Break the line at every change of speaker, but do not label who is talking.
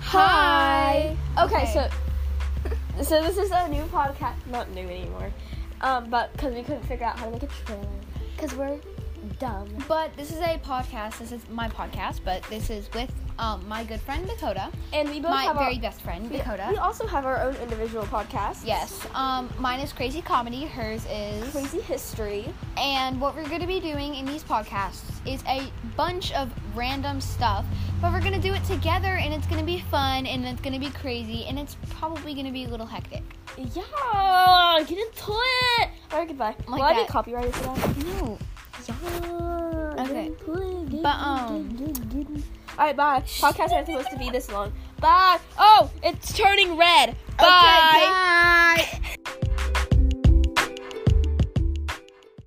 Hi.
Okay, so so this is a new podcast, not new anymore, um, but because we couldn't figure out how to make a trailer, because we're dumb.
But this is a podcast. This is my podcast, but this is with um, my good friend Dakota,
And we both
my
have
very
our,
best friend
we-
Dakota.
We, also have our own individual podcasts.
Yes. Um, mine is crazy comedy. Hers is.
Crazy history.
And what we're going to be doing in these podcasts is a bunch of random stuff, but we're going to do it together, and it's going to be fun, and it's going to be crazy, and it's probably going to be a little hectic.
Yeah, get into it. All right, goodbye.
Like
Will I be
that.
copyrighted for that?
No.
Yeah.
Okay.
But um. All right, bye. Podcast isn't supposed to be this long. Bye. Oh, it's turning red. Bye.
Okay, bye.